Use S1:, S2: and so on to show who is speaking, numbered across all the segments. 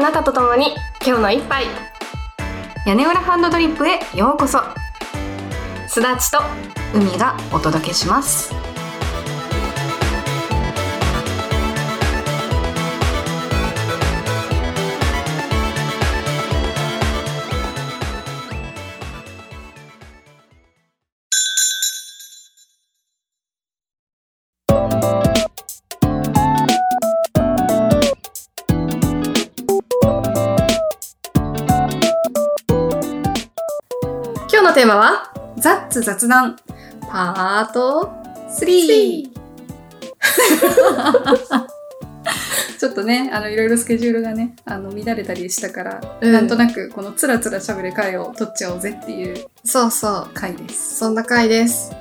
S1: なたと共に今日の一杯
S2: 屋根裏ハンドドリップへようこそ
S1: すだちと
S2: 海がお届けします
S1: 今日のテーマは
S2: ザッツ雑談
S1: パート
S2: 3ちょっとねあのいろいろスケジュールがねあの乱れたりしたから、
S1: うん
S2: なんとなくこのつらつらしゃべる回を取っちゃおうぜっていう
S1: そうそう
S2: 回です
S1: そんな回です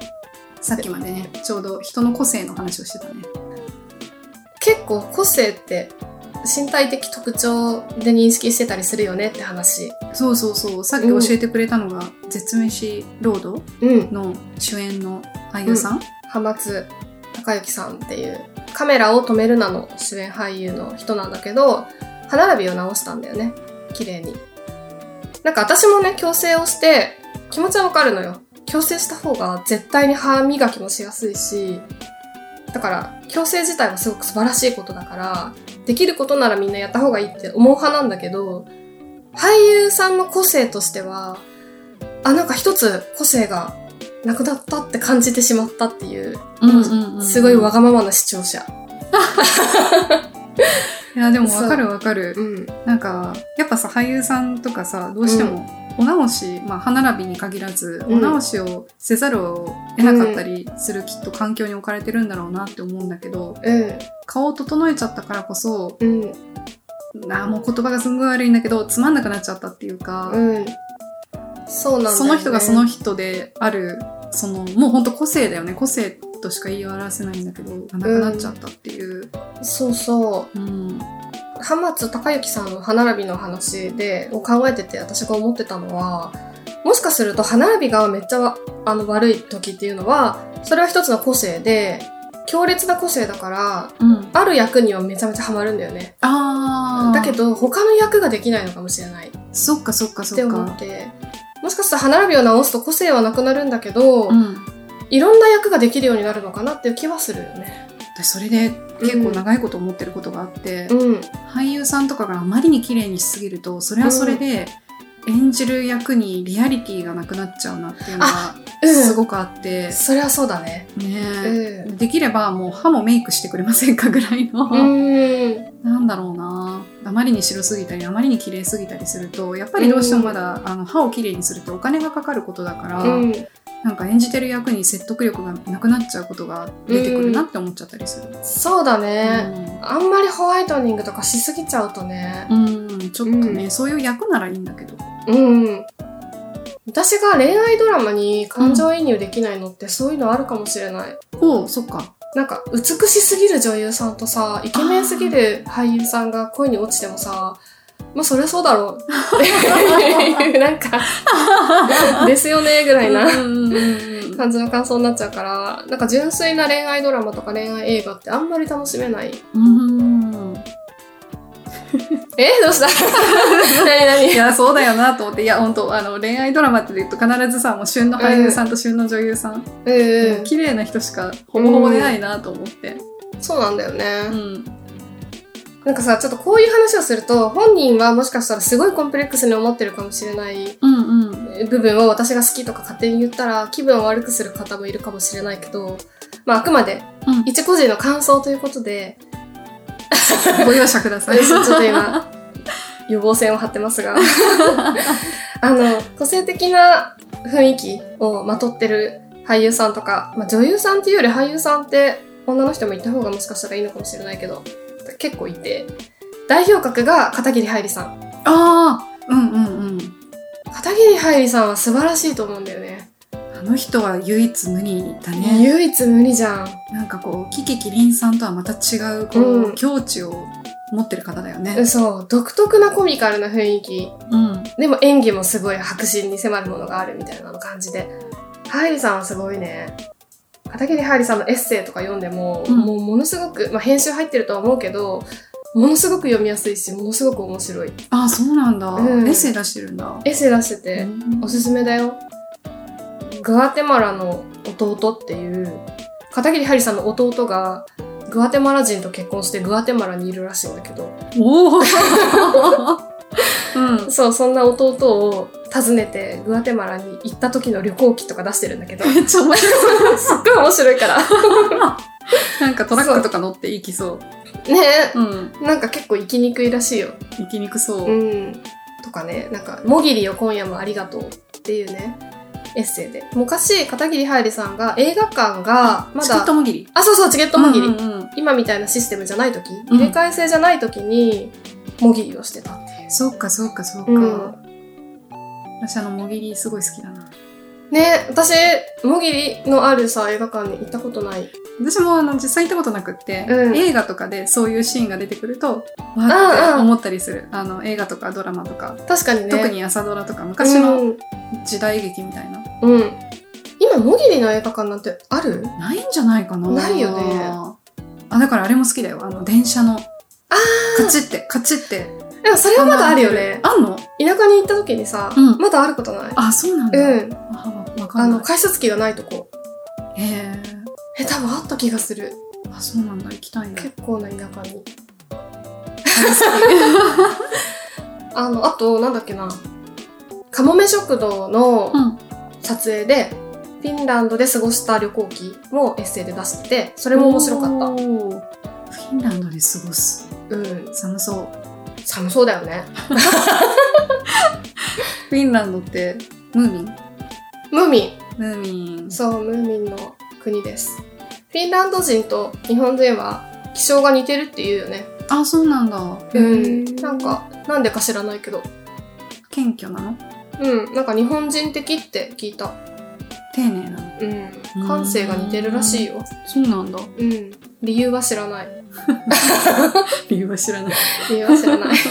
S2: さっきまでねちょうど人の個性の話をしてたね
S1: 結構個性って身体的特徴で認識してたりするよねって話
S2: そうそうそうさっき教えてくれたのが「絶飯ロード
S1: うん」
S2: の主演の俳優さん、
S1: 浜津孝之さんっていう「カメラを止めるな」の主演俳優の人なんだけど歯並びを直したんだよね綺麗になんか私もね矯正をして気持ちはわかるのよ矯正した方が絶対に歯磨きもしやすいしだから矯正自体はすごく素晴らしいことだからできることならみんなやった方がいいって思う派なんだけど俳優さんの個性としてはあなんか一つ個性がなくなったって感じてしまったっていうすごいわ
S2: か
S1: がままな視聴者。
S2: いやでもわかるわかる
S1: ん。
S2: なんかやっぱさ俳優さんとかさどうしても、お直し、まあ、歯並びに限らず、
S1: うん
S2: お直しをせざるを得なかったりする、きっと環境に置かれてるんだろうなって思うんだけど
S1: うん。
S2: 顔を整えちゃったからこそ
S1: うん。
S2: なあもう言葉がすんごい悪いんだけどつまんなくなっちゃったっていうか、
S1: うん。そうなんだよね、
S2: その人がその人であるそのもうほんと個性だよね個性としか言い表せないんだけどなくなっちゃったっていう、
S1: そうそう。
S2: うん
S1: 浜津隆之さんの歯並びの話で、を考えてて私が思ってたのは、もしかすると歯並びがめっちゃあの悪い時っていうのは、それは一つの個性で、強烈な個性だから、
S2: うん、
S1: ある役にはめちゃめちゃハマるんだよね。
S2: あー
S1: だけど、他の役ができないのかもしれないっ
S2: そっかそっかそ
S1: て
S2: っ
S1: 思
S2: か
S1: っ。て、もしかしたら歯並びを直すと個性はなくなるんだけど、
S2: うん
S1: いろんな役ができるようになるのかなっていう気はするよね。
S2: 私それで結構長いこと思ってることがあって、
S1: うん。
S2: 俳優さんとかがあまりに綺麗にしすぎるとそれはそれで演じる役にリアリティがなくなっちゃうなっていうのがす
S1: い。
S2: ごくあって、
S1: それはそうだね。
S2: ね
S1: う
S2: できればもう歯もメイクしてくれませんかぐらいの、
S1: ん。うん。
S2: なんだろうなあまりに白すぎたりあまりに綺麗すぎたりするとやっぱりどうしてもまだ、あの歯を綺麗にするってお金がかかることだから、
S1: うん。
S2: なんか演じてる役に説得力がなくなっちゃうことが出てくるなって思っちゃったりする。
S1: そうだね。
S2: うん
S1: あんまりホワイトニングとかしすぎちゃうとね。
S2: うん、ちょっとね、
S1: うん
S2: そういう役ならいいんだけど。
S1: うん。私が恋愛ドラマに感情移入できないのってそういうのあるかもしれない。
S2: おう、そっか。
S1: なんか、美しすぎる女優さんとさ、イケメンすぎる俳優さんが恋に落ちてもさ、まあそりゃそうだろうっ ていう、なんか、ですよね、ぐらいな。
S2: うんうんうん
S1: 感じの感想になっちゃうからなんか純粋な恋愛ドラマとか恋愛映画ってあんまり楽しめない
S2: うん。うん
S1: えどうした何
S2: いや、そうだよなと思って、いや、本当あの、恋愛ドラマって言うと必ずさ、もう旬の俳優さんと旬の女優さん、も
S1: 何うん、
S2: う綺麗な人しかほぼほぼ出ないなと思って。
S1: そうなんだよ
S2: う
S1: ね、
S2: ん。
S1: なんかさちょっとこういう話をすると本人はもしかしたらすごいコンプレックスに思ってるかもしれない
S2: うんうん。
S1: 部分を私が好きとか勝手に言ったら気分を悪くする方もいるかもしれないけどまああくまで
S2: うん
S1: 一個人の感想ということ で、
S2: ご容赦ください。
S1: ちょっと今予防線を張ってま すがあの個性的な雰囲気をまとってる俳優さんとか、まあ、女優さんっていうより俳優さんって女の人もいた方がもしかしたらいいのかもしれないけど結構いて代表格が片桐はいりさん
S2: ああ、うんうんうん。
S1: 片桐はいりさんは素晴らしいと思うんだよね、
S2: あの人は唯一無二だね。
S1: 唯一無二じゃん
S2: なんかこう、キキキリンさんとはまた違う、こう、
S1: うん
S2: 境地を持ってる方だよね。
S1: 嘘独特なコミカルな雰囲気
S2: うん。
S1: でも演技もすごい迫真に迫るものがあるみたいなの感じで、ハイリさんはすごいね。片桐ハイリさんのエッセイとか読んでも、
S2: うん
S1: もうものすごく、まあ、編集入ってるとは思うけど、ものすごく読みやすいし、ものすごく面白い。
S2: あ、そうなんだ。
S1: うん
S2: エッセイ出してるんだ。
S1: エッセイ出してて、
S2: うん
S1: おすすめだよ。グアテマラの弟っていう、片桐ハリさんの弟が、グアテマラ人と結婚してグアテマラにいるらしいんだけど、
S2: おお。 うん。
S1: そう、そんな弟を訪ねてグアテマラに行った時の旅行記とか出してるんだ けど、すっ
S2: めっちゃ面白い。
S1: ごい面白いから。ね
S2: なんかトラックとか乗って行きそう。
S1: え
S2: うん。
S1: なんか結構行きにくいらしいよ。
S2: 行きにくそうう。
S1: ん。とかね、なんか、もぎりよ今夜もありがとうっていうね、エッセイで。昔、片桐はやりさんが映画館が、ま
S2: チケッ
S1: だ
S2: ト、もぎり。
S1: あ、そうそう、チケットもぎり。
S2: うんうんうん
S1: 今みたいなシステムじゃない時、
S2: ん
S1: 入れ替え制じゃない時に、もぎりをしてたっていう。
S2: そうかそうかそうか。
S1: うん
S2: 私あのもぎりすごい好きだな。
S1: ね私、もぎりのあるさ、映画館に行ったことない。
S2: 私もあの実際行ったことなくって、
S1: うん
S2: 映画とかでそういうシーンが出てくるとわ
S1: ん
S2: ーって思ったりする、あの映画とかドラマとか、
S1: 確かにね。
S2: 特に朝ドラとか昔
S1: う
S2: の
S1: ん。
S2: 時代劇みたいな、
S1: うん今、もぎりの映画館なんてある
S2: ないんじゃないかな
S1: ないよね
S2: あだからあれも好きだよあの電車のカチってカチって
S1: でもそれはまだあるよね。
S2: あんの
S1: 田舎に行った時にさ、
S2: うん
S1: まだあることない。
S2: あそうなんだ、
S1: うん。
S2: あわわか
S1: あ
S2: ん
S1: の、
S2: ない
S1: 改札機がないとこ。
S2: へえ
S1: え、多分あった気がする。
S2: あそうなんだ行きたいね
S1: 結構な田舎に。 あの、あと、なんだっけな。かもめ食堂の
S2: うん
S1: 撮影で、フィンランドで過ごした旅行記もエッセイで出してて、それも面白かっ
S2: おーフィンランドで過ごす
S1: た。うん。
S2: 寒そう
S1: 寒そうだよね。
S2: フィンランドってムーミン
S1: ムーミ
S2: ムーミン
S1: ン。そう、ムーミンの国です。フィンランド人と日本人は気象が似てるって言うよね。
S2: あそうなんだ
S1: うん。
S2: へー
S1: なんか、なんでか知らないけど。
S2: 謙虚なの
S1: うん。なんか日本人的って聞いた。
S2: 丁寧なの
S1: うん。感性が似てるらしいよ。
S2: そうなんだ
S1: うん。理由は知らない。
S2: 理由は知らない
S1: 理由は知ら ない。
S2: フ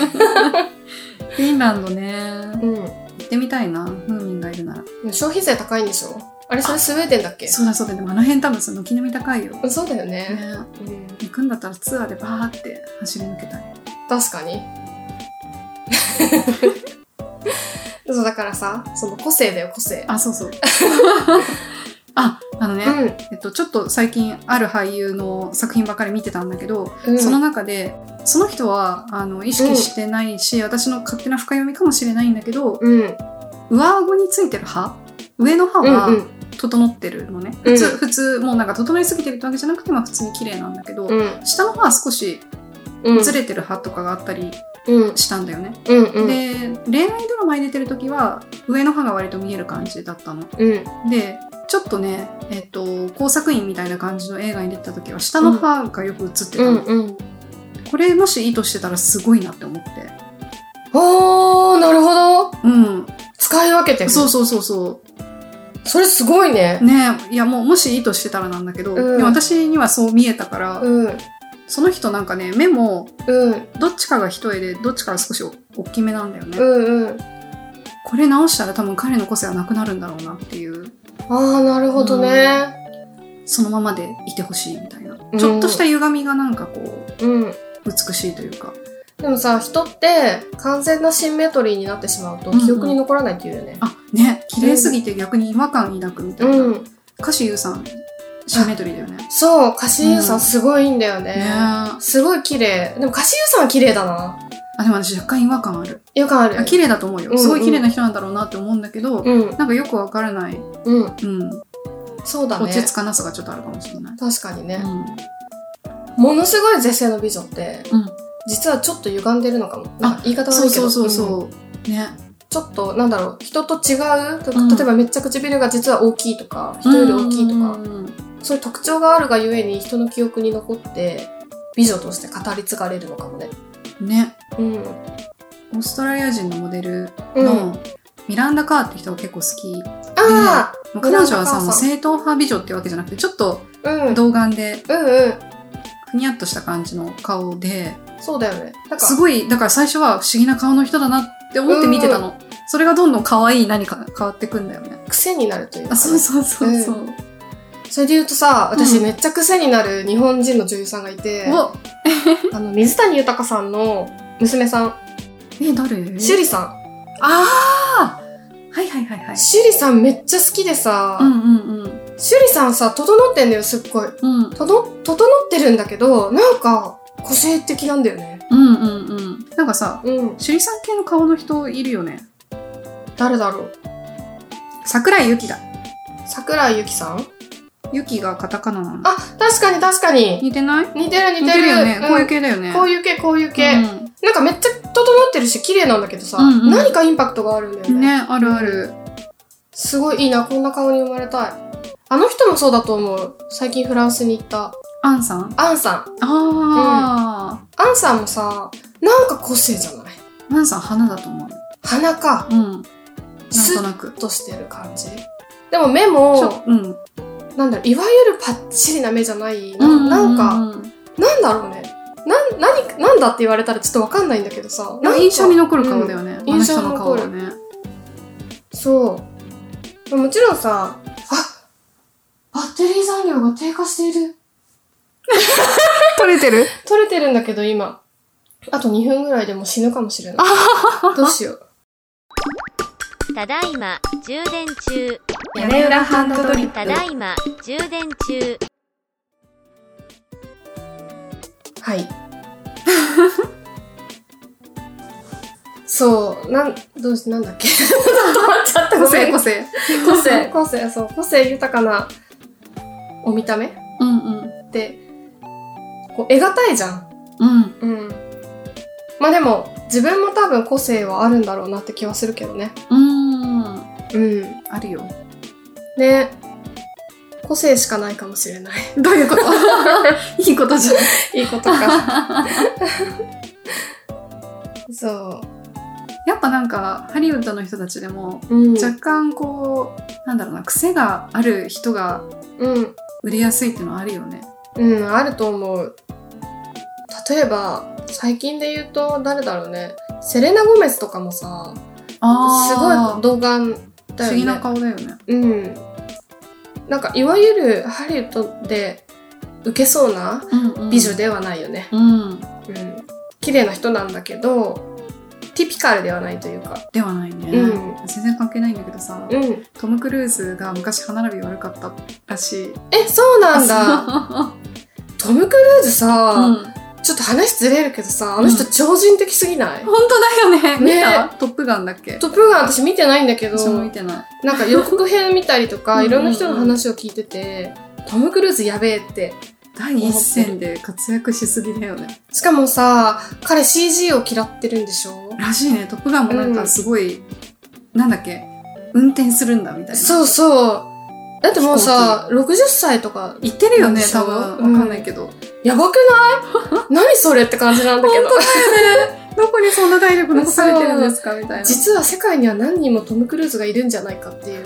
S2: ィンランドね
S1: う
S2: 行ってみたいなムーミンがいるなら
S1: ん。消費税高いんでしょあれ、それスウェーデンだっけ
S2: そうだそうだでもあの辺多分その軒並み高いよ、ね、
S1: うんそうだよね。うん。
S2: 行くんだったらツアーでバーって走り抜けたい
S1: 確かに。 そうだからさ、その個性だよ、個性。
S2: あそうそう ああのね、えっと、ちょっと最近ある俳優の作品ばっかり見てたんだけど、
S1: うん。うん
S2: その中でその人はあの意識してないし、私の勝手な深読みかもしれないんだけど
S1: うん。
S2: 上顎についてる歯上の歯
S1: う
S2: は
S1: んうん。
S2: 整ってるのね、
S1: うん
S2: 普通普通もうなんか整いすぎてるってわけじゃなくて、まあ、普通に綺麗なんだけど、
S1: うん。
S2: 下の歯は少し
S1: うん。
S2: ずれてる歯とかがあったり
S1: うん。
S2: したんだよね、
S1: うん。うん。
S2: で恋愛ドラマに出てる時は上の歯が割と見える感じだったの
S1: うん。
S2: でちょっとねえっと工作員みたいな感じの映画に出てた時は下の歯がよく映ってた
S1: う
S2: の、
S1: ん。うん。
S2: これもし意図してたらすごいなって思って
S1: おー、なるほど。
S2: うん
S1: 使い分けてる。
S2: そうそうそうそ
S1: それすごいね
S2: う。ねいやもうもし意図してたらなんだけど、
S1: うん
S2: でも私にはそう見えたから、
S1: うん。
S2: その人なんかね目も
S1: うん。
S2: どっちかが一重でどっちかが少し大きめなんだよね、
S1: うん。うん。
S2: これ直したら多分彼の個性はなくなるんだろうなっていう
S1: ああ、なるほどね。
S2: そのままでいてほしいみたいな、
S1: うん
S2: ちょっとした歪みがなんかこう
S1: うん。
S2: 美しいというか
S1: でもさ、人って完全なシンメトリーになってしまうと
S2: うんうん
S1: 記憶に残らないっていうよね。
S2: あね綺麗すぎて逆に違和感抱くみたいな、
S1: うん。
S2: 歌手優さんシンメトリーだよねね
S1: そう、カシユさ
S2: うん
S1: んすごいんだよ
S2: え
S1: ね。
S2: あ
S1: すごい綺麗。でもカシユさんは綺麗だな。
S2: でも私若干違和感ある
S1: よくある
S2: あ。綺麗だと思うよ、
S1: うん
S2: すごい綺麗な人なんだろうなって思うんだけど、
S1: うん、
S2: なんかよくわからない、
S1: うん。
S2: うん、
S1: そうだ
S2: 落
S1: ね。
S2: ち着かなさがちょっとあるかもしれない、
S1: 確かにね
S2: う、ん
S1: ものすごい是正の美女って、
S2: うん
S1: 実はちょっと歪んでるのかも。なんか言い方
S2: そう
S1: 悪いけ
S2: そ
S1: ど。
S2: うそう
S1: うん
S2: そう、ね
S1: ちょっと、なんだろう、人と違うと
S2: うん
S1: 例えばめっちゃ唇が実は大きいとか、人より大きいとか、
S2: うん
S1: そういう特徴があるがゆえに人の記憶に残って、美女として語り継がれるのかもね。
S2: ね
S1: うん。
S2: オーストラリア人のモデル
S1: うん。あ
S2: のミランダ・カーって人が結構好き、
S1: あ
S2: まあ彼女はさ
S1: ミランダカーさん
S2: もう正統派美女ってわけじゃなくてちょっと
S1: うん。うん
S2: 童顔で
S1: うん。
S2: ふにゃっとした感じの顔で
S1: そうだよね。なんか
S2: す、ごいだから最初は不思議な顔の人だなって思って見てたの、それがどんどん可愛い何か変わってくんだよね
S1: 癖になるというか、
S2: あそうそうそうそう、
S1: それで言うとさ、私
S2: うん
S1: めっちゃ癖になる日本人の女優さんがいて、
S2: お
S1: あの、水谷豊さんの娘さん、
S2: え、誰
S1: 趣里さ
S2: ああはいはいはいは
S1: ん。
S2: い。
S1: 趣里さんめっちゃ好きでさ、
S2: うんうんうん。
S1: 趣里さんさ、整ってんだよ、すっごい。
S2: うん
S1: とど、整ってるんだけど、なんか、個性的なんだよね。
S2: うんうんうん。なんかさ、
S1: うん。
S2: 趣里さん系の顔の人いるよね。
S1: 誰だろう。
S2: 桜井ゆきだ。
S1: 桜井ゆきさん
S2: ゆきがカタカナなの。
S1: あ、確かに確かに。
S2: 似てない
S1: 似てる似てる。
S2: 似てるよね。
S1: うん
S2: こういう系だよね。
S1: こう
S2: いう
S1: いう系、こういう系。なんかめっちゃ整ってるし、綺麗なんだけどさ、
S2: うんうん
S1: 何かインパクトがあるんだよ
S2: うん、
S1: ね。
S2: ね、あるある。
S1: すごいいいな、こんな顔に生まれたい。あの人もそうだと思う。最近フランスに行った。
S2: アンさん
S1: アンさん。
S2: あ
S1: アンさんもさ、なんか個性じゃない
S2: あ、アンさん花だと思う。
S1: 鼻か、
S2: うん。なん
S1: ス
S2: と
S1: ッ
S2: なく。
S1: としてる感じ。でも
S2: ち
S1: 目も
S2: ょ、うん。
S1: なんだろう、いわゆるパッチリな目じゃない。な,、ん、なんか、
S2: か、
S1: なんだろうね。なん、何、なんだって言われたらちょっとわかんないんだけどさ。
S2: なん
S1: な
S2: か
S1: んか
S2: 印象に残る顔だよね。
S1: うん
S2: あの人の顔
S1: 印
S2: は
S1: 象
S2: ね。
S1: そう。もちろんさ、あバッテリー残量が低下している。
S2: 取れてる
S1: 取れてるんだけど今。あと2分ぐらいでもう死ぬかもしれ ない。どうしよう。
S3: ただいま充電中
S1: 屋根裏ハンドドリッ
S3: ただいま充電中
S1: はい。 そう、なん、どうし、なんだっけ。ちょっと待っちゃっ た。
S2: 個性 個
S1: 性。
S2: 性。
S1: 個性、個性、そう。個性豊かなお見た目っ
S2: うんうん。
S1: て、こう、得難いじゃん。
S2: うん。
S1: うん。まあでも、自分も多分個性はあるんだろうなって気はするけどね。
S2: うーん。
S1: うん。
S2: あるよ。
S1: ね。個性しかないかもしれない。
S2: どういうこといいことじゃん。
S1: いいことか。 そ
S2: やっぱなんか、ハリウッドの人たちでも、
S1: う。うん。
S2: 若干こう、なんだろうな、癖がある人が
S1: うん。
S2: 売れやすいってのはあるよね。
S1: うん、あると思う。例えば、最近で言うと、誰だろうね。セレナ・ゴメスとかもさ、すごい動画だよね。
S2: 不思議な顔だよね。
S1: うん。なんか、いわゆるハリウッドで受けそうな
S2: うんうん
S1: 美女。ではないよね。
S2: うん。
S1: うん。綺麗な人なんだけど、ティピカルではないというか。
S2: ではないね。
S1: う
S2: 全然関係ないんだけどさ、
S1: うん。
S2: トム・クルーズが昔歯並び悪かったらしい。
S1: え、そうな んだ。トム・クルーズさ、
S2: うん。本
S1: ちょっと話ずれるけどさ、あの人超人的すぎない、
S2: 当だよね。
S1: ね
S2: 見たトップガンだっけ
S1: トップガン私見てないんだけど、
S2: 私も見てない。
S1: なんか予告編見たりと
S2: うんうん
S1: か、
S2: うん
S1: いろんな人の話を聞いてて、トム・クルーズやべえって。
S2: 第一線で活躍しすぎだよね。
S1: しかもさ、彼 CG を嫌ってるんでしょ
S2: らしいね。トップガンもなんかすごい、なんだっけ、運転するんだみたいな。
S1: そうそう。だってもうさ、60歳とか、
S2: 言ってるよね、
S1: そう
S2: 多分。わかんないけど。
S1: やばくない 何それって感じなんだけど。
S2: どこにそんな体力残されてるんですかみたいな。
S1: 実は世界には何人もトム・クルーズがいるんじゃないかっ ていう。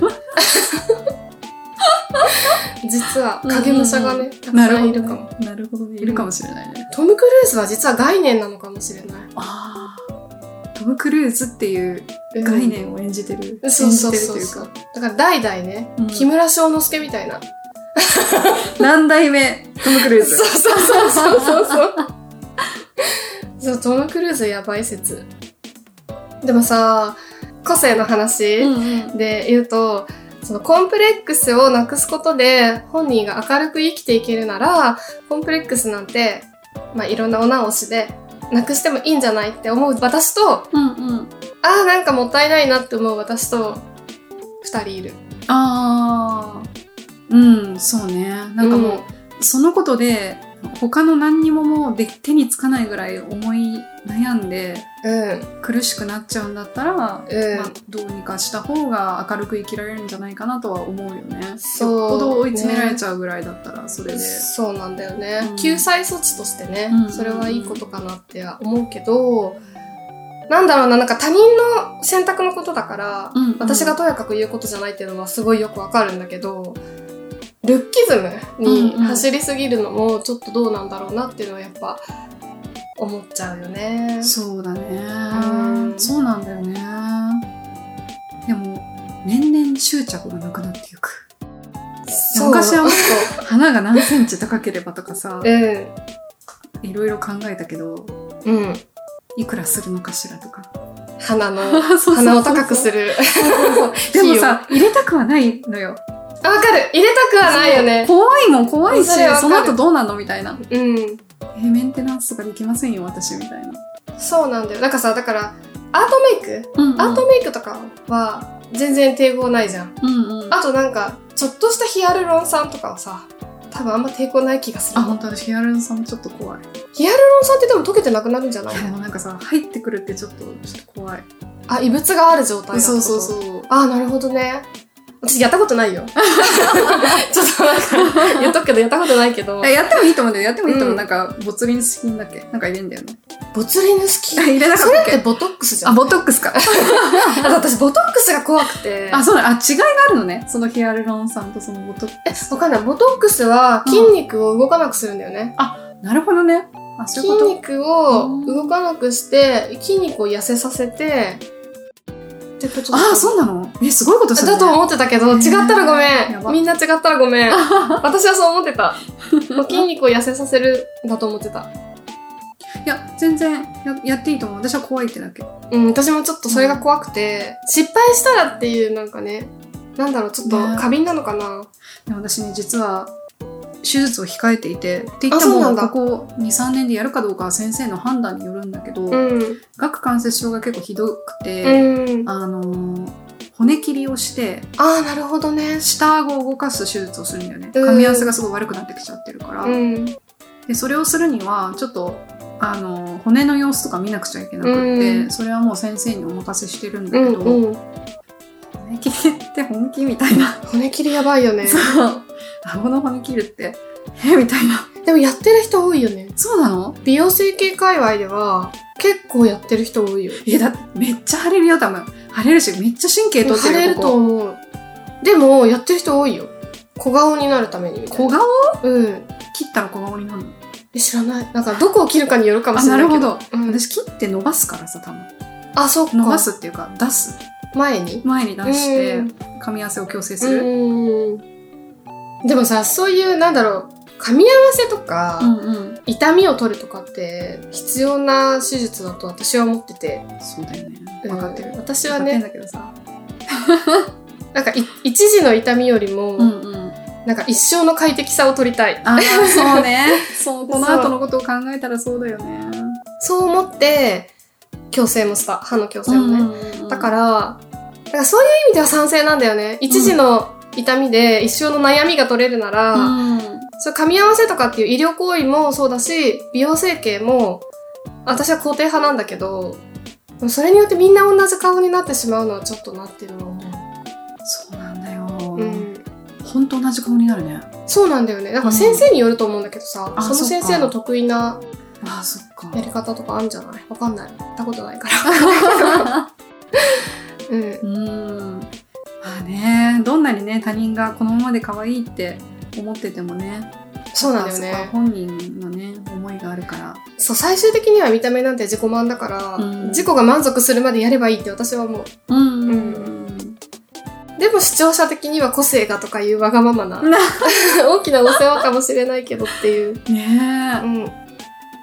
S1: 実は影武者がね、たく
S2: なる
S1: さ
S2: ほど
S1: んいるかも。。
S2: なるほどね。いるかもしれないね。
S1: トム・クルーズは実は概念なのかもしれない。
S2: ああ。トム・クルーズっていう概念を演じてる。
S1: うん
S2: 演じてるという
S1: そうそう
S2: か。
S1: だから代々ね、
S2: うん
S1: 木村翔之介みたいな。
S2: 何代目トム・クルー
S1: そう
S2: ズ。
S1: そうそうそうそうそう。そう、トム・クルーズやばい説。でもさ、個性の話
S2: うんうん
S1: で言うと、そのコンプレックスをなくすことで本人が明るく生きていけるなら、コンプレックスなんて、まあいろんなお直しで、なくしてもいいんじゃないって思う私と、
S2: うんうん。
S1: ああ、なんかもったいないなって思う私と、二人いる。
S2: ああ。うん、そうね。なんかもう、そのことで、他の何にももうで手につかないぐらい思い悩んで
S1: うん、うん、
S2: 苦しくなっちゃうんだったら、
S1: うん
S2: まあ、どうにかした方が明るく生きられるんじゃないかなとは思うよね。
S1: そう
S2: よっぽど追い詰められちゃうぐらいだったらそれで。
S1: そうなんだよね、
S2: うん
S1: 救済措置としてね、
S2: うん
S1: それはいいことかなっては思うけど、なんだろうななんか他人の選択のことだから、
S2: うんうん
S1: 私がとやかく言うことじゃないっていうのはすごいよくわかるんだけどルッキズムに
S2: うんうん
S1: 走りすぎるのもちょっとどうなんだろうなっていうのはやっぱ思っちゃうよね。
S2: そうだね
S1: う。ん
S2: そうなんだよね。でも年々執着がなくなっていく。
S1: そう
S2: 昔はもっと花が何センチ高ければとかさ
S1: うん。
S2: いろいろ考えたけど
S1: うん。
S2: いくらするのかしらとか
S1: 花の、
S2: 鼻
S1: 鼻を高くす
S2: る
S1: る。
S2: でも さ入れたくはないのよ
S1: あわかる入れたくはないよね。
S2: 怖いもん怖いし
S1: それわかる
S2: その後どうなのみたいな
S1: うん。
S2: えメンテナンスとかできませんよ私みたいな、
S1: そうなんだよ。なんかさ、だから、アートメイク
S2: うん
S1: アートメイクとかは全然抵抗ないじゃん。
S2: うんうん
S1: あとなんか、ちょっとしたヒアルロン酸とかはさ、多分あんま抵抗ない気がする
S2: あ。本当私ヒアルロン酸もちょっと怖い
S1: ヒアルロン酸ってでも溶けてなくなるんじゃない
S2: いやでもなんかさ入ってくるってちょっとちょっと怖い
S1: あ、異物がある状態だ。
S2: そうそうそうう
S1: あー、なるほどね。私やったこと ないよ。ちょっとなんか、言っとくけどやったことないけど
S2: あ。やってもいいと思うんだよやってもいいと思う、
S1: うん
S2: なんかボツリンスキンだっけなんか入れんだよね
S1: ボツリヌスキ
S2: あ入れなか
S1: そ
S2: った
S1: れ
S2: っ
S1: って
S2: け
S1: ボトックスじゃ
S2: あ
S1: ん。
S2: ボトックスか
S1: あと私ボトックスが怖くて。
S2: あそうだあ違いがあるのねそのヒアルロン酸とそのボトック
S1: え、わかんない。ボトックスは筋肉を動かなくするんだよね。
S2: スなるほどねあそう
S1: 筋
S2: いうこと
S1: 肉を動かなくして、筋肉を痩せさせて、ってこと
S2: あそう
S1: う
S2: なのえすごいことする、ね、
S1: だと思ってたけど、
S2: へー
S1: 違ったらご
S2: やば
S1: めん。みんな違ったらごめ ん。私はそう思ってた。もう筋肉を痩せさせるんだと思ってた。
S2: いや全然ややっていいと思う私は怖いってだけ
S1: うん、私もちょっとそれが怖くて、失敗したらっていうなんかね、なんだろう、ちょっと
S2: ね
S1: 過敏なのかな。
S2: でも私ね実は手術を控えていてって言って
S1: あそうなん
S2: も
S1: だ
S2: ここ23年でやるかどうかは先生の判断によるんだけど、
S1: うん。
S2: 顎関節症が結構ひどく
S1: う
S2: て、
S1: ん。
S2: あのー骨切りをして
S1: ああ、なるほどね。
S2: 下顎を動かす手術をするんだよね
S1: うん
S2: 噛み合わせがすごい悪くなってきちゃってるから、
S1: うん。
S2: でそれをするにはちょっとあのー骨の様子とか見なくちゃいけなくって、
S1: うん
S2: それはもう先生にお任せしてるんだ
S1: う
S2: け
S1: ん
S2: ど、
S1: うん。
S2: 骨切りって本気みたいな、
S1: 骨切りやばいよね。
S2: そう顎の骨切るってえみたいな
S1: でもやってる人多いよね。
S2: そうなの
S1: 美容整形界隈では結構やってる人多いよ。
S2: えだってめっちゃ腫れるよ多分腫れるしめっちゃ神経取って
S1: 腫
S2: るよ
S1: れると
S2: こ
S1: 思う。でも、やってる人多いよ。小顔になるためにみたい
S2: こ小
S1: な。
S2: 顔
S1: うん。
S2: 切ったら小顔になるの
S1: え知らない。なんか、どこを切るかによるかも
S2: あ
S1: しれな
S2: ない
S1: け
S2: る
S1: ど。
S2: ほど、
S1: うん
S2: 私切って伸ばすからさ多分
S1: あ、そっか。
S2: 伸ばすっていうか出す
S1: 前に。
S2: 前に出して
S1: うん
S2: 噛み合わせを矯正
S1: う
S2: する、
S1: ん。でもさ、そういう、なんだろう、噛み合わせとか、
S2: んうん、
S1: 痛みを取るとかって、必要な手術だと私は思ってて。
S2: そうだよね
S1: うん
S2: 分かってる、
S1: 私
S2: 分
S1: は
S2: かってん
S1: ね、
S2: だけどさ、
S1: なんかい、一時の痛みよりも、
S2: うん
S1: なんか一生の快適さを取りたい。
S2: ああそうね そうこの後のことを考えたらそうだよね
S1: そう思って、矯正もした。歯の矯正もね。
S2: うん
S1: だから、なんかそういう意味では賛成なんだよね。一時の痛みで一生の悩みが取れるなら、
S2: うん
S1: そう噛み合わせとかっていう医療行為もそうだし、美容整形も、私は肯定派なんだけど、それによってみんな同じ顔になってしまうのはちょっとなっていうのは思
S2: そうなんだよ、
S1: う。うん。
S2: ほんと同じ顔になるね
S1: そうなんだよね。なんか先生によると思うんだけどさ、
S2: あ
S1: その先生の得意な
S2: ああそっか
S1: やり方とかあるんじゃないわかんない。やったことないから。 うん。
S2: うーんまあねどんなにね他人がこのままで可愛いって思っててもね
S1: そうなんだよ
S2: やっぱそこは
S1: ね。
S2: 本人のね思いがあるから
S1: そう、最終的には見た目なんて自己満だから、
S2: うん
S1: 自己が満足するまでやればいいって私はも
S2: う
S1: う。
S2: ん
S1: うでも視聴者的には個性がとかいうわがままな、 大きなお世話かもしれないけどっていう。
S2: ね
S1: う
S2: え
S1: ん。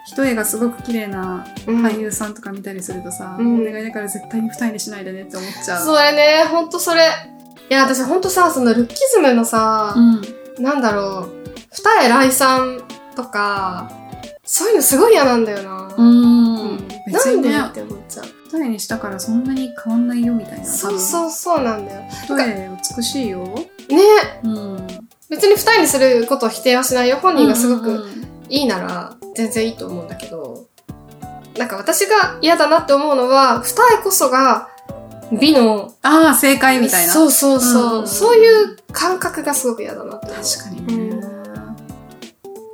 S2: 一重がすごく綺麗な
S1: うん
S2: 俳優さんとか見たりするとさ、
S1: うん
S2: お願いだから絶対に二重にしないでねって思っちゃう
S1: それね、ほんとそれ。いや、私ほんとさ、そのルッキズムのさ、
S2: うん
S1: なんだろう、二重来産とか、そういうのすごい嫌なんだよな。
S2: うん、
S1: な
S2: 別
S1: ん
S2: に
S1: で
S2: ね
S1: って思っちゃう。
S2: 二重にしたからそんなに変わんないよみたいな
S1: そうそうそうなんだよ。ね
S2: 多分一重美しいようん
S1: 別に二重にすることを否定はしないよ。本人がすご
S2: うんう
S1: く
S2: んうん
S1: いいなら全然いいと思うんだけど、なんか私が嫌だなって思うのは、二重こそが美の、
S2: ああ正解みたいな
S1: そうそうそう、
S2: うん
S1: そういう感覚がすごく嫌だなって思う。
S2: 確かにね、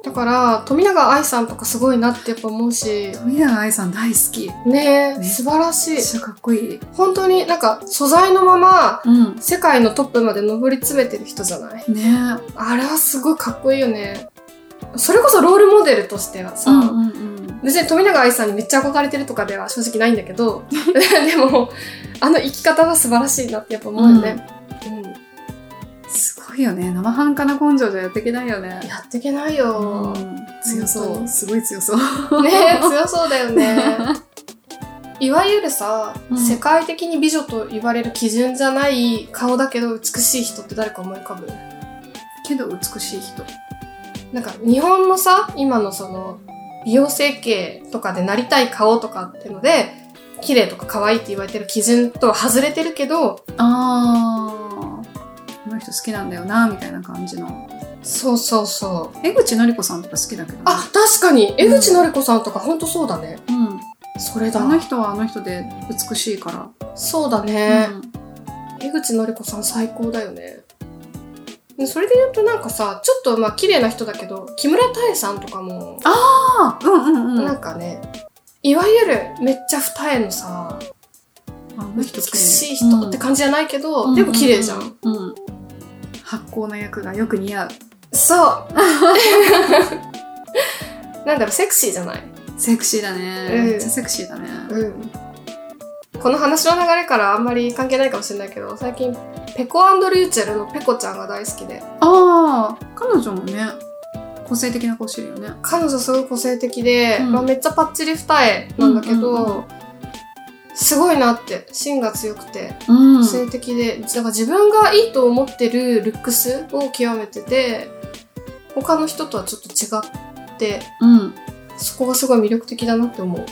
S1: だから、富永愛さんとかすごいなってやっぱ思うし、
S2: 富永愛さん大好きめ
S1: ねえ、
S2: ね
S1: 素晴らしい
S2: っ。ちゃかっこいい、
S1: 本当になんか素材のまま
S2: うん、ね
S1: 世界のトップまで上り詰めてる人じゃない
S2: え
S1: あれはすごいかっこいいよね。それこそロールモデルとしてはさ、
S2: うんうん
S1: 別に富永愛さんにめっちゃ憧れてるとかでは正直ないんだ けど、でも、あの生き方は素晴らしいなってやっぱ思うよね。うん。
S2: すごいごいよね生半可な根性じゃやっていけないよね
S1: やっていけないよ
S2: う。ん強そ
S1: 本当
S2: う
S1: に
S2: すごい強そう
S1: ねえ強そうだ よね。いわゆるさ、
S2: うん
S1: 世界的に美女と言われる基準じゃない顔だけど美しい人って誰か思い浮かぶ
S2: けど美しい人
S1: なんか日本のさ今のその美容整形とかでなりたい顔とかってので綺麗とか可愛いって言われてる基準とは外れてるけど
S2: ああこの人好きなんだよなみたいな感じの
S1: そうそうそう
S2: 江口のり子さんとか好きだけどね
S1: あ確かに江口のり子さんとかほんとそうだね
S2: うん
S1: それだ
S2: あの人はあの人で美しいか
S1: そうだね
S2: ら、、うん
S1: 江口のり子さん最高だよねでそれで言うとなんかさちょっとまあ綺麗な人だけど木村多江さんとかも
S2: ああうんうんうん
S1: なんかねいわゆるめっちゃ二重のさ
S2: あの
S1: 美
S2: 人
S1: しい人って感じじゃないけど、でも綺麗じゃん、
S2: うん、うん発酵の役がよく似合う
S1: そう なんだろうセクシーじゃない、
S2: セクシーだね、
S1: うん
S2: めっちゃセクシーだね、
S1: うん、この話の流れからあんまり関係ないかもしれないけど最近ペコリューチェルのペコちゃんが大好きで
S2: ああ彼女もね個性的な顔してるよね
S1: 彼女すごい個性的で、
S2: うん
S1: まあ、めっちゃパッチリ二重なんだけど、
S2: うんうんう
S1: すごいなって芯が強くて
S2: うん
S1: 個性的で、だから自分がいいと思ってるルックスを極めてて他の人とはちょっと違って
S2: うん、
S1: そこがすごい魅力的だなって思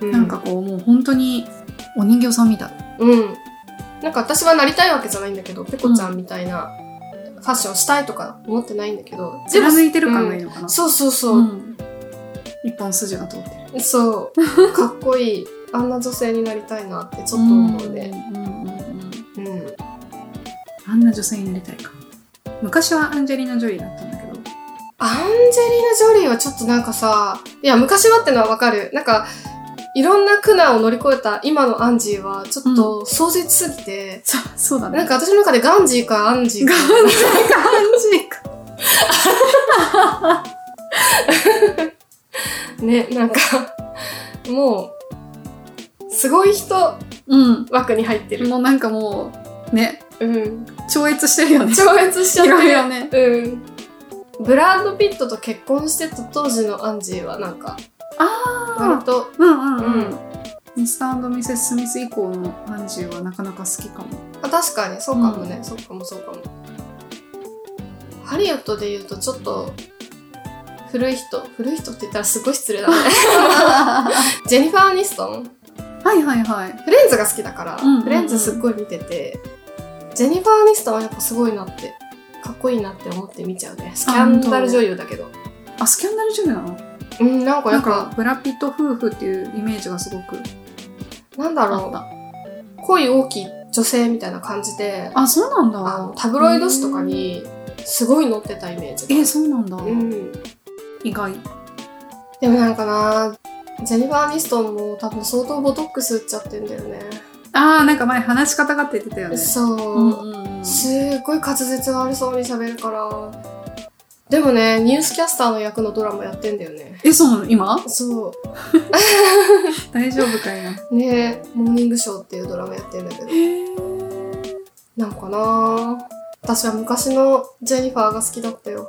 S1: う、う
S2: なんかこうもう本当にお人形さんみたい
S1: うんなんか私はなりたいわけじゃないんだけどペコちゃんみたいなファッションしたいとか思ってないんだけどでも
S2: 貫いてる感がいいのかな、
S1: そうそうそう、
S2: うん一本筋が通ってる
S1: そう。かっこいい。あんな女性になりたいなってちょっと思うね。
S2: うんうんうんうん
S1: うん。
S2: あんな女性になりたいか昔はアンジェリーナ・ジョリーだったんだけど
S1: アンジェリーナ・ジョリーはちょっとなんかさ、いや、昔はってのはわかる。なんか、いろんな苦難を乗り越えた今のアンジーは、ちょっと壮絶すぎて、
S2: そうそうだね
S1: なんか私の中でガンジーかアンジーか。
S2: 感
S1: ね、なんか、もう、すごい人
S2: じう
S1: 枠に入って
S2: ん
S1: る。
S2: もうなんかもうね
S1: うん。
S2: 超越してるよね
S1: 超越しちゃっ
S2: い
S1: て
S2: ろ
S1: る
S2: いろね
S1: うん。ブラッド・ピットと結婚してた当時のアンジーはなんか、
S2: あ
S1: 割と
S2: うんうん
S1: う
S2: うんんミスターミセス・スミス以降のアンジーはなかなか好きかも
S1: あ確かにそうかもね、そうかもそうかもハリウッドで言うとちょっと古い人古い人って言ったらすごい失礼だね
S2: は
S1: ジェニファー・アニストン
S2: いはいはい
S1: フレンズが好きだか
S2: うん
S1: ら、
S2: うんうん
S1: フレンズすっごい見ててジェニファー・アニストンはやっぱすごいなってかっこいいなって思って見ちゃうねスキャンダル女優だけど
S2: あスキャンダル女優なの
S1: うんなんか
S2: な
S1: や
S2: ん
S1: っぱ
S2: かブラピット夫婦っていうイメージがすごく
S1: なんだ
S2: あ
S1: ろ
S2: った
S1: う恋大きい女性みたいな感じで
S2: あそうなんだ
S1: あのタブロイド紙とかにすごい載ってたイメージ
S2: え
S1: が
S2: そうなんだ、
S1: うん
S2: 意外
S1: でもなんかなジェニファー・アニストンも多分相当ボトックス打っちゃってんだよね、
S2: あーなんか前話し方がって言ってたよね
S1: そ
S2: う
S1: う、
S2: んうんうん
S1: すっごい滑舌悪そうに喋るからでもねニュースキャスターの役のドラマやってんだよね
S2: えそうなの今
S1: そ
S2: 大丈夫かいな
S1: うねモーニングショー」っていうドラマやってんだけど
S2: へえ
S1: なんかな私は昔のジェニファーが好きだったよ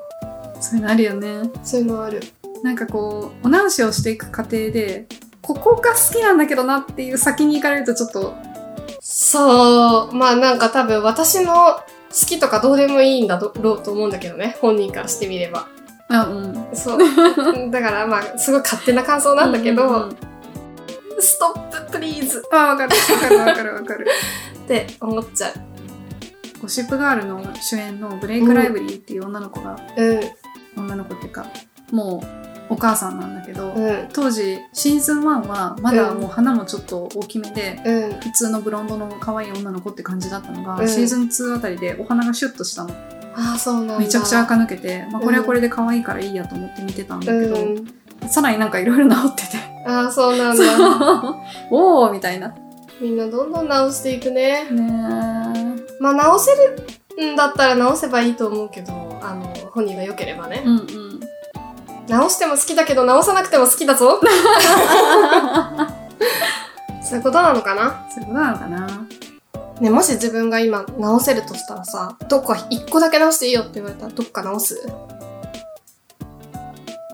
S2: そういうのあるよね
S1: そういうのある
S2: なんかこうお直しをしていく過程でここが好きなんだけどなっていう先に行かれるとちょっと
S1: そうまあなんか多分私の好きとかどうでもいいんだろうと思うんだけどね本人からしてみれば
S2: あうん
S1: そう。だからまあ、すごい勝手な感想なんだけど、
S2: ううんうん
S1: ストッププリーズ
S2: あわかるわかるわかるわかる
S1: って思っちゃう。
S2: ゴシップガールの主演のブレイク・ライブリーっていう女の子が、
S1: うん、
S2: 女の子っていうかもうお母さんなんだけど、
S1: うん、
S2: 当時シーズン1はまだもう花もちょっと大きめで、
S1: うん。
S2: 普通のブロンドの可愛い女の子って感じだったのが、
S1: うん
S2: シーズン2あたりでお花がシュッとしたの
S1: ああ、そうなんだ。
S2: めちゃくちゃ垢抜けて、まあ、これ
S1: う
S2: は
S1: ん
S2: これで可愛いからいいやと思って見てたんだけど、
S1: うん。
S2: さらになんかいろいろ治ってて
S1: ああ、 そうなんだ。
S2: おおみたいな
S1: みんなどんどん直していくね。
S2: ね
S1: まあ、直せるんだったら直せばいいと思うけど、あの、本人が良ければね。
S2: うんうん
S1: 直しても好きだけど、直さなくても好き だぞ。そういうことなのかな
S2: そういうことなのかな
S1: ね、もし自分が今直せるとしたらさ、どっか一個だけ直していいよって言われたらどっか直す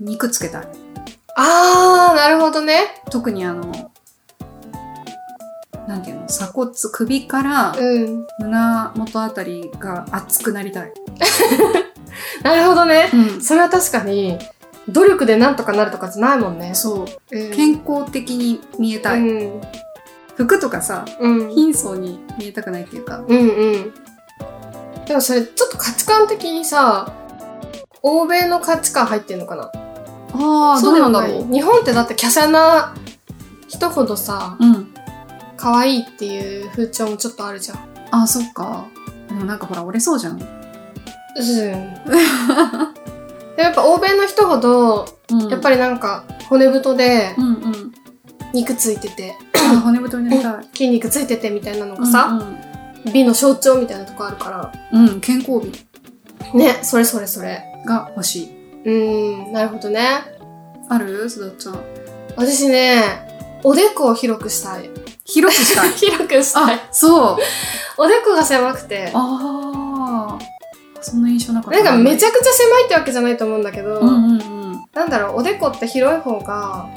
S2: 肉つけたい。
S1: あー、なるほどね。
S2: 特にあの、なんていうの、鎖骨、首から
S1: うん。
S2: 胸元あたりが熱くなりたい。
S1: なるほどね。
S2: うん
S1: それは確かに、努力でなんとかなるとかじゃないもんね。
S2: そう。
S1: うん
S2: 健康的に見えたい。
S1: うん。
S2: 服とかさ、
S1: うん。
S2: 貧相に見えたくないっていうか。
S1: うんうん。でもそれちょっと価値観的にさ、欧米の価値観入ってんのかな
S2: あ
S1: そうでもない。日本ってだって華奢な人ほどさ、
S2: うん。
S1: 可愛いっていう風潮もちょっとあるじゃん。
S2: あ、そっか。でもなんかほら、折れそうじゃん。や
S1: うん。でやっぱ欧米の人ほど、やっぱ
S2: り。
S1: りなんか骨太で
S2: う、んうん。
S1: 肉ついてて、
S2: あ 骨太になりたい。
S1: 筋肉ついててみたいなのがさ、美の象徴みたいなとこあるから。
S2: うん、うん、うん、健康美
S1: ね、それそれそれ。
S2: が欲しい。
S1: うん、なるほどね。
S2: あるすだちゃん。
S1: 私ね、おでこを広くしたい。。
S2: 広くしたい
S1: 広くしたい。
S2: あ、そう。
S1: おでこが狭くて、
S2: ああ。そんな印象なかっ
S1: な
S2: た。
S1: んかめち
S2: ゃ。
S1: ゃくちゃ狭いってわけじゃないと思うんだけど、
S2: うんうんうん。
S1: なんだろう、おでこって広い方が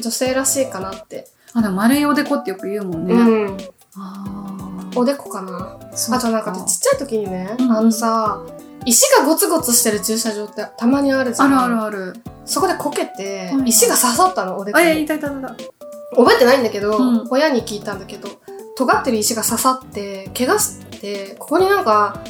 S1: 女性らしいかなって。
S2: あ、でも丸いおでこってよく言うもんね。
S1: うん。
S2: あ
S1: おでこかな。
S2: あ。そ
S1: あ
S2: う
S1: となんかちっちゃい時にね、
S2: うんうん
S1: あのさ、石がゴツゴツしてる駐車場ってたまにあるじゃ
S2: あ
S1: ん。
S2: るあるある。
S1: そこでこけて
S2: う、ん
S1: 石が刺さったの、おでこ
S2: あ、いや、
S1: に。
S2: いたいたいたいた。
S1: 覚えてないんだけど、
S2: うん
S1: 親に聞いたんだけど、尖ってる石が刺さって、怪我して、ここになんか、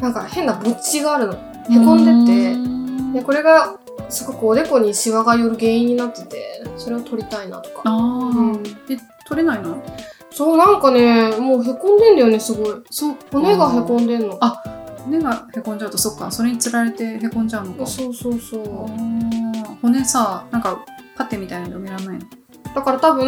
S1: なんか変な勃起があるの。へこんでて
S2: て
S1: でこれがすごくおでこにシワが寄る原因になっててそれを取りたいなと
S2: あ
S1: か、
S2: あ
S1: う
S2: ー。
S1: ん、
S2: え、取れないの
S1: そうなんかねもうへこんでんだよねすごい
S2: そう。
S1: 骨がへこんでんの
S2: あ骨がへこんじゃうと、そっか。それにつられてへこんじゃうのか。
S1: そうそうそ
S2: あ
S1: う
S2: ー骨さ、なんか、パテみたいなの埋められないの
S1: だから多分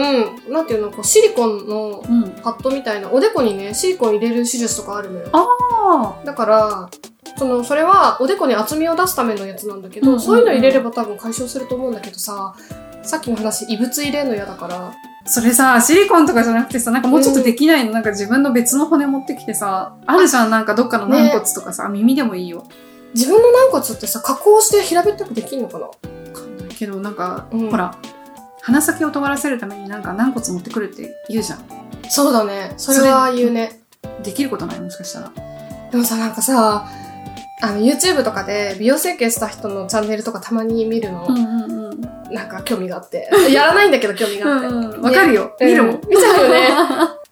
S1: なんていうのこうシリコンの
S2: うん。
S1: パッドみたいなおでこにねシリコン入れる手術とかあるのよ
S2: ああ
S1: だからそのそれはおでこに厚みを出すためのやつなんだけど、
S2: うんうんうん
S1: そういうの入れれば多分解消すると思うんだけどささっきの話異物入れんの嫌だから
S2: ー。それさ、シリコンとかじゃなくてさ、なんかもうちょっとできないの、なんか自分の別の骨持ってきてさ、あるじゃん、なんかどっかの軟骨とかさ、耳でもいいよ。
S1: 自分の軟骨ってさ加工して平べったくできんのかな、
S2: わかんないけど、なんか、
S1: うん
S2: ほら、鼻先を尖らせるためになんか軟骨持ってくるって言うじゃん。
S1: そうだね。それは言うね。
S2: できることないもしかしたら。
S1: でもさ、なんかさ、あの、YouTube とかで美容整形した人のチャンネルとかたまに見るの、
S2: うんうん。
S1: なんか興味があって。 やらないんだけど興味があって。
S2: うんうんわかるよ。見るもん。
S1: うん見ちゃ うよね。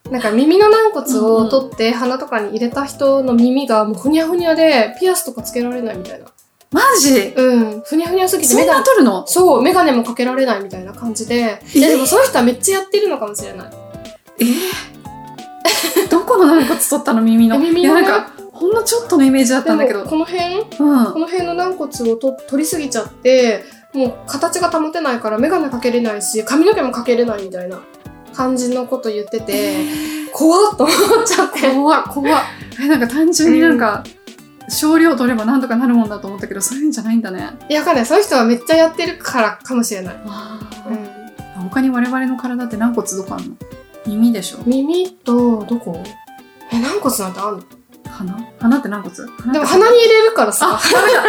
S1: なんか耳の軟骨
S2: うん
S1: を
S2: うん
S1: 取って鼻とかに入れた人の耳がもうふにゃふにゃで、ピアスとかつけられないみたいな。
S2: マジ
S1: うん。ふにゃふにゃすぎて
S2: そ
S1: メ
S2: ん
S1: ガ
S2: な
S1: ネ、
S2: 撮る の
S1: そう、メガネもかけられないみたいな感じで。いや、でもその人はめっちゃやってるのかもしれない。
S2: どこの軟骨取ったの耳の。
S1: え耳の
S2: いやなんか、ほんのちょっとのイメージだっ
S1: で
S2: たんだけど
S1: も、。この辺
S2: うん
S1: こ。の辺の軟骨をと取りすぎちゃってもう形が保てないから眼鏡かけれないし髪の毛もかけれないみたいな感じのこと言ってて怖っと思っちゃって
S2: 怖っ怖っえなんか単純になんか、少量取ればなんとかなるもんだと思ったけどそういうんじゃないんだね、
S1: いやわかんないその人はめっちゃやってるからかもしれない、
S2: 他に我々の体って軟骨どこあんの耳でしょ
S1: 耳とどこえ軟骨なんてあんの
S2: 鼻鼻って軟骨鼻
S1: でも
S2: 鼻
S1: 鼻に入れるからさ
S2: 鼻取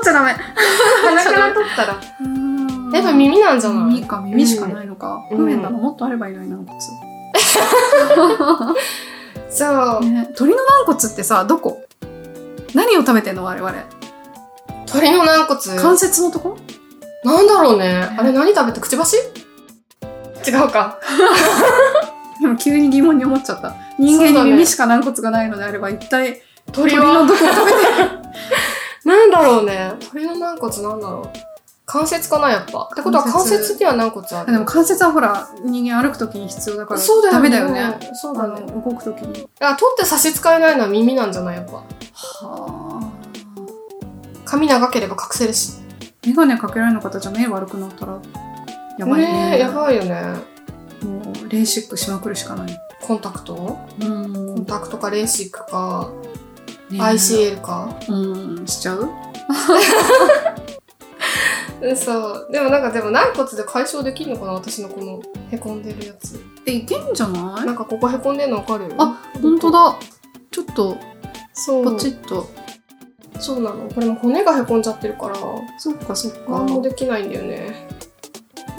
S2: っちゃダメ
S1: 鼻から取ったら やっぱ
S2: 耳
S1: 耳なんじゃない
S2: 耳か耳しかないのか、
S1: うん
S2: 不便だなもっとあればいいのに軟骨、
S1: そう
S2: ね、鳥の軟骨ってさどこ何を食べてんの我々
S1: 鳥の軟骨
S2: 関節のとこ
S1: なんだろうねあれ何食べてくちばし違うか
S2: 今急に疑問に思っちゃった人
S1: そう
S2: 間
S1: だ
S2: に
S1: ね
S2: 耳しか軟骨がないのであれば一体
S1: 鳥
S2: 鳥
S1: は
S2: のどこを食べてる
S1: なんだろうね。鳥の軟骨なんだろう。関節かな、やっぱ。ってことは関
S2: 関節
S1: 節には軟骨あ
S2: あ
S1: る。
S2: でも関節はほら人間歩くときに必要だから
S1: そうだよ
S2: ダ
S1: ね。
S2: メだよね。
S1: そう
S2: あ
S1: だね。
S2: の動くときに
S1: あ、取って差し支えないのは耳なんじゃないやっぱ。
S2: はあ
S1: 髪長ければ隠せるし。
S2: 眼鏡かけられなかったじゃ目悪くなったらやばいね
S1: えやばいよね。
S2: もうレーシックしまくるしかない
S1: コンタクト
S2: うん
S1: コンタクトかレーシックか、
S2: ね
S1: ICL か。
S2: うんしちゃう
S1: そう。でもなんかでも軟骨で解消できるのかな私のこのへこんでるやつ
S2: え、いけんじゃない
S1: なんかここへこんでるのわかる
S2: あ、本当だ。ちょっと、
S1: そう
S2: ポチッと。
S1: そうなのこれも骨がへこんじゃってるから
S2: そっかそっか。
S1: 何もできないんだよね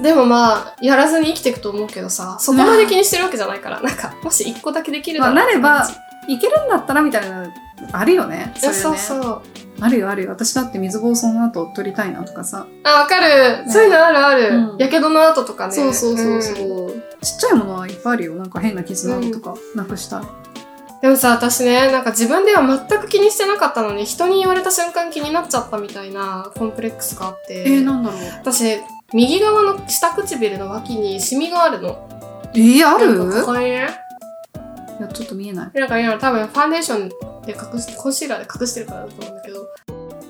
S1: でもまあやらずに生きていくと思うけどさそこまで気にしてるわけじゃないからなんかもし一個だけできる
S2: まあ、
S1: ら
S2: なれば、いけるんだったらみたいな、あるよね。
S1: そう
S2: そ。
S1: そううそうう
S2: あるよあるよ。私だって水疱瘡の後取りたいなとかさ。
S1: あわかる、そういうのあるあ
S2: うん
S1: るやけどの後とかね
S2: そうそうそう
S1: うん
S2: そう、ちっちゃいものはいっぱいあるよ。なんか変な傷の跡とか、なくしたい。
S1: でもさ私ねなんか自分では全く気にしてなかったのに人に言われた瞬間気になっちゃったみたいなコンプレックスがあって、
S2: えー、なんだろう。
S1: 私右側の下唇の脇にシミがあるの
S2: えー、ある
S1: なんかここにね
S2: いや、ちょっと見えない。
S1: なんか今多分ファンデーションで隠してコンシーラーで隠してるからだと思うんだけど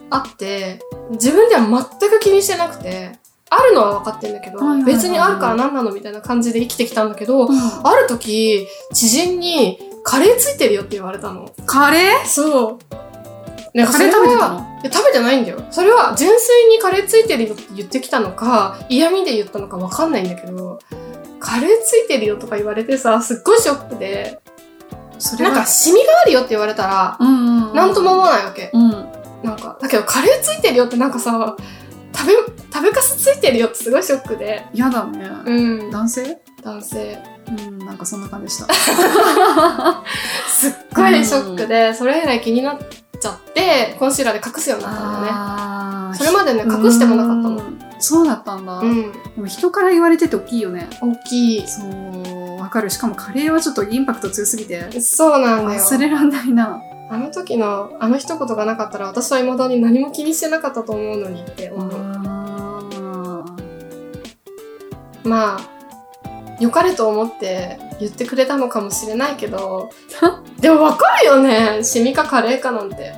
S1: あって自分では全く気にしてなくてあるのは分かってんだけど、
S2: はいはいはいはい
S1: 別にあるから何なのみたいな感じで生きてきたんだけど、
S2: あ
S1: ある時知人にカレーついてるよって言われたの
S2: カレー
S1: そうなんか
S2: カ
S1: そ
S2: レー
S1: れは
S2: 食べてたの
S1: いや食べてないんだよそれは純粋にカレーついてるよって言ってきたのか嫌味で言ったのかわかんないんだけどカレーついてるよとか言われてさすっごいショックで
S2: それ
S1: な
S2: は
S1: んかシミがあるよって言われたら
S2: うんうんうん。
S1: なんとも思わないわけ
S2: うん。
S1: なんかだけどカレーついてるよってなんかさ食べ食べかすついてるよってすごいショックで
S2: 嫌だね。
S1: うん
S2: 男性
S1: 男性
S2: うん、なんかそんな感じでした。
S1: すっごいショックでそれ以来気になっちゃってコンシーラーで隠すようになったんだよね
S2: あー
S1: それまでね隠してもなかった
S2: う
S1: の
S2: んそうだったんだ、
S1: うん
S2: でも人から言われてて大きいよね
S1: 大きい
S2: そうわかるしかもカレーはちょっとインパクト強すぎて
S1: そうなんだよ
S2: 忘れらんないな
S1: あの時のあの一言がなかったら私は未だに何も気にしてなかったと思うのにって思う。まあ、良かれと思って言ってくれたのかもしれないけど、でもわかるよね。シミかカレーかなんて。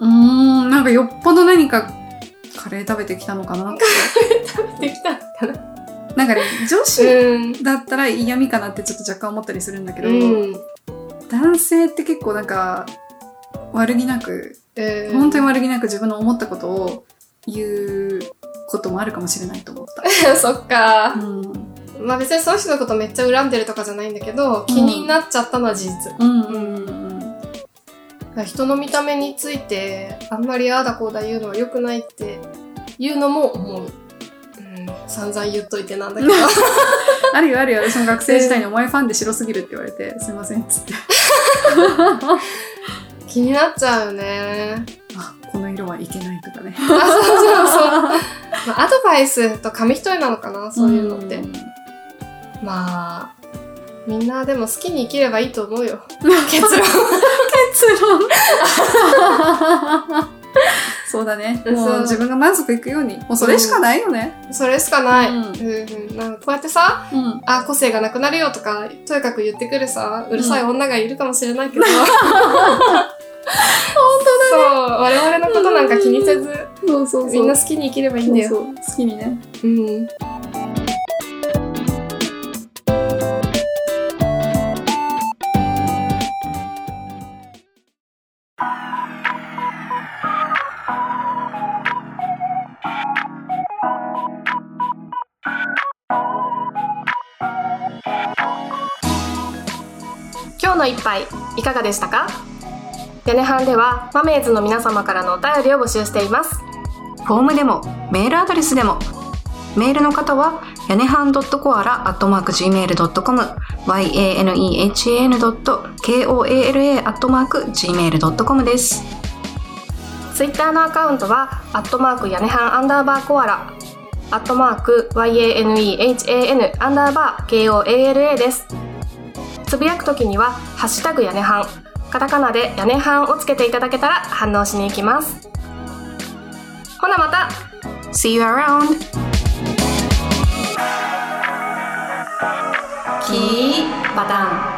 S2: うーんなんかよっぽど何かカレー食べてきたのかなって
S1: できたのかな。
S2: なんかね女子
S1: うん。
S2: だったら嫌味かなってちょっと若干思ったりするんだけど、
S1: うん。
S2: 男性って結構なんか悪気なく
S1: うん
S2: 本当に悪気なく自分の思ったことを言うこともあるかもしれないと思った。
S1: そっか。
S2: うん、うん、
S1: まあ別にその人のことめっちゃ恨んでるとかじゃないんだけど、気になっちゃったのは事実。
S2: うん、うん。
S1: 人の見た目についてあんまりああだこうだ言うのは良くないって言うのも思う、うん、散々言っといてなんだけど
S2: あるよあるよ。私も学生時代にお前ファンで白すぎるって言われて、すいませんっつって。
S1: 気になっちゃうよね、
S2: あ、この色はいけないとかね。
S1: あそうそうそう、まあ、アドバイスと紙一重なのかなそういうのって、
S2: ん
S1: まあみんなでも好きに生きればいいと思うよ 結論
S2: 結論。そうだね。
S1: うん
S2: もう自分が満足いくように。もうそれしかないよね。
S1: それしかない、
S2: う
S1: うんんうんなんかこうやってさ
S2: うん。
S1: あ個性がなくなるよとかとにかく言ってくるさうるさい女がいるかもしれ ないけど、そう、我々のことなんか気にせず、
S2: そうそうそう。
S1: みんな好きに生きればいいんだよ。
S2: そうそう好きにね。
S1: うん。今日の一杯いかがでしたか屋根班ではマメーズの皆様からのお便りを募集しています
S4: フォームでもメールアドレスでもメールの方はやねはん .coala.gmail.com yanehan.koala.gmail.com です
S1: ツイッターのアカウントは、アットマーク屋根半アンダーバーコアラ、アットマーク YANEHAN アンダーバー KOALA です。つぶやくときには、ハッシュタグ屋根半、カタカナで屋根半をつけていただけたら反応しに行きます。ほなまた
S4: See you around! キーバタン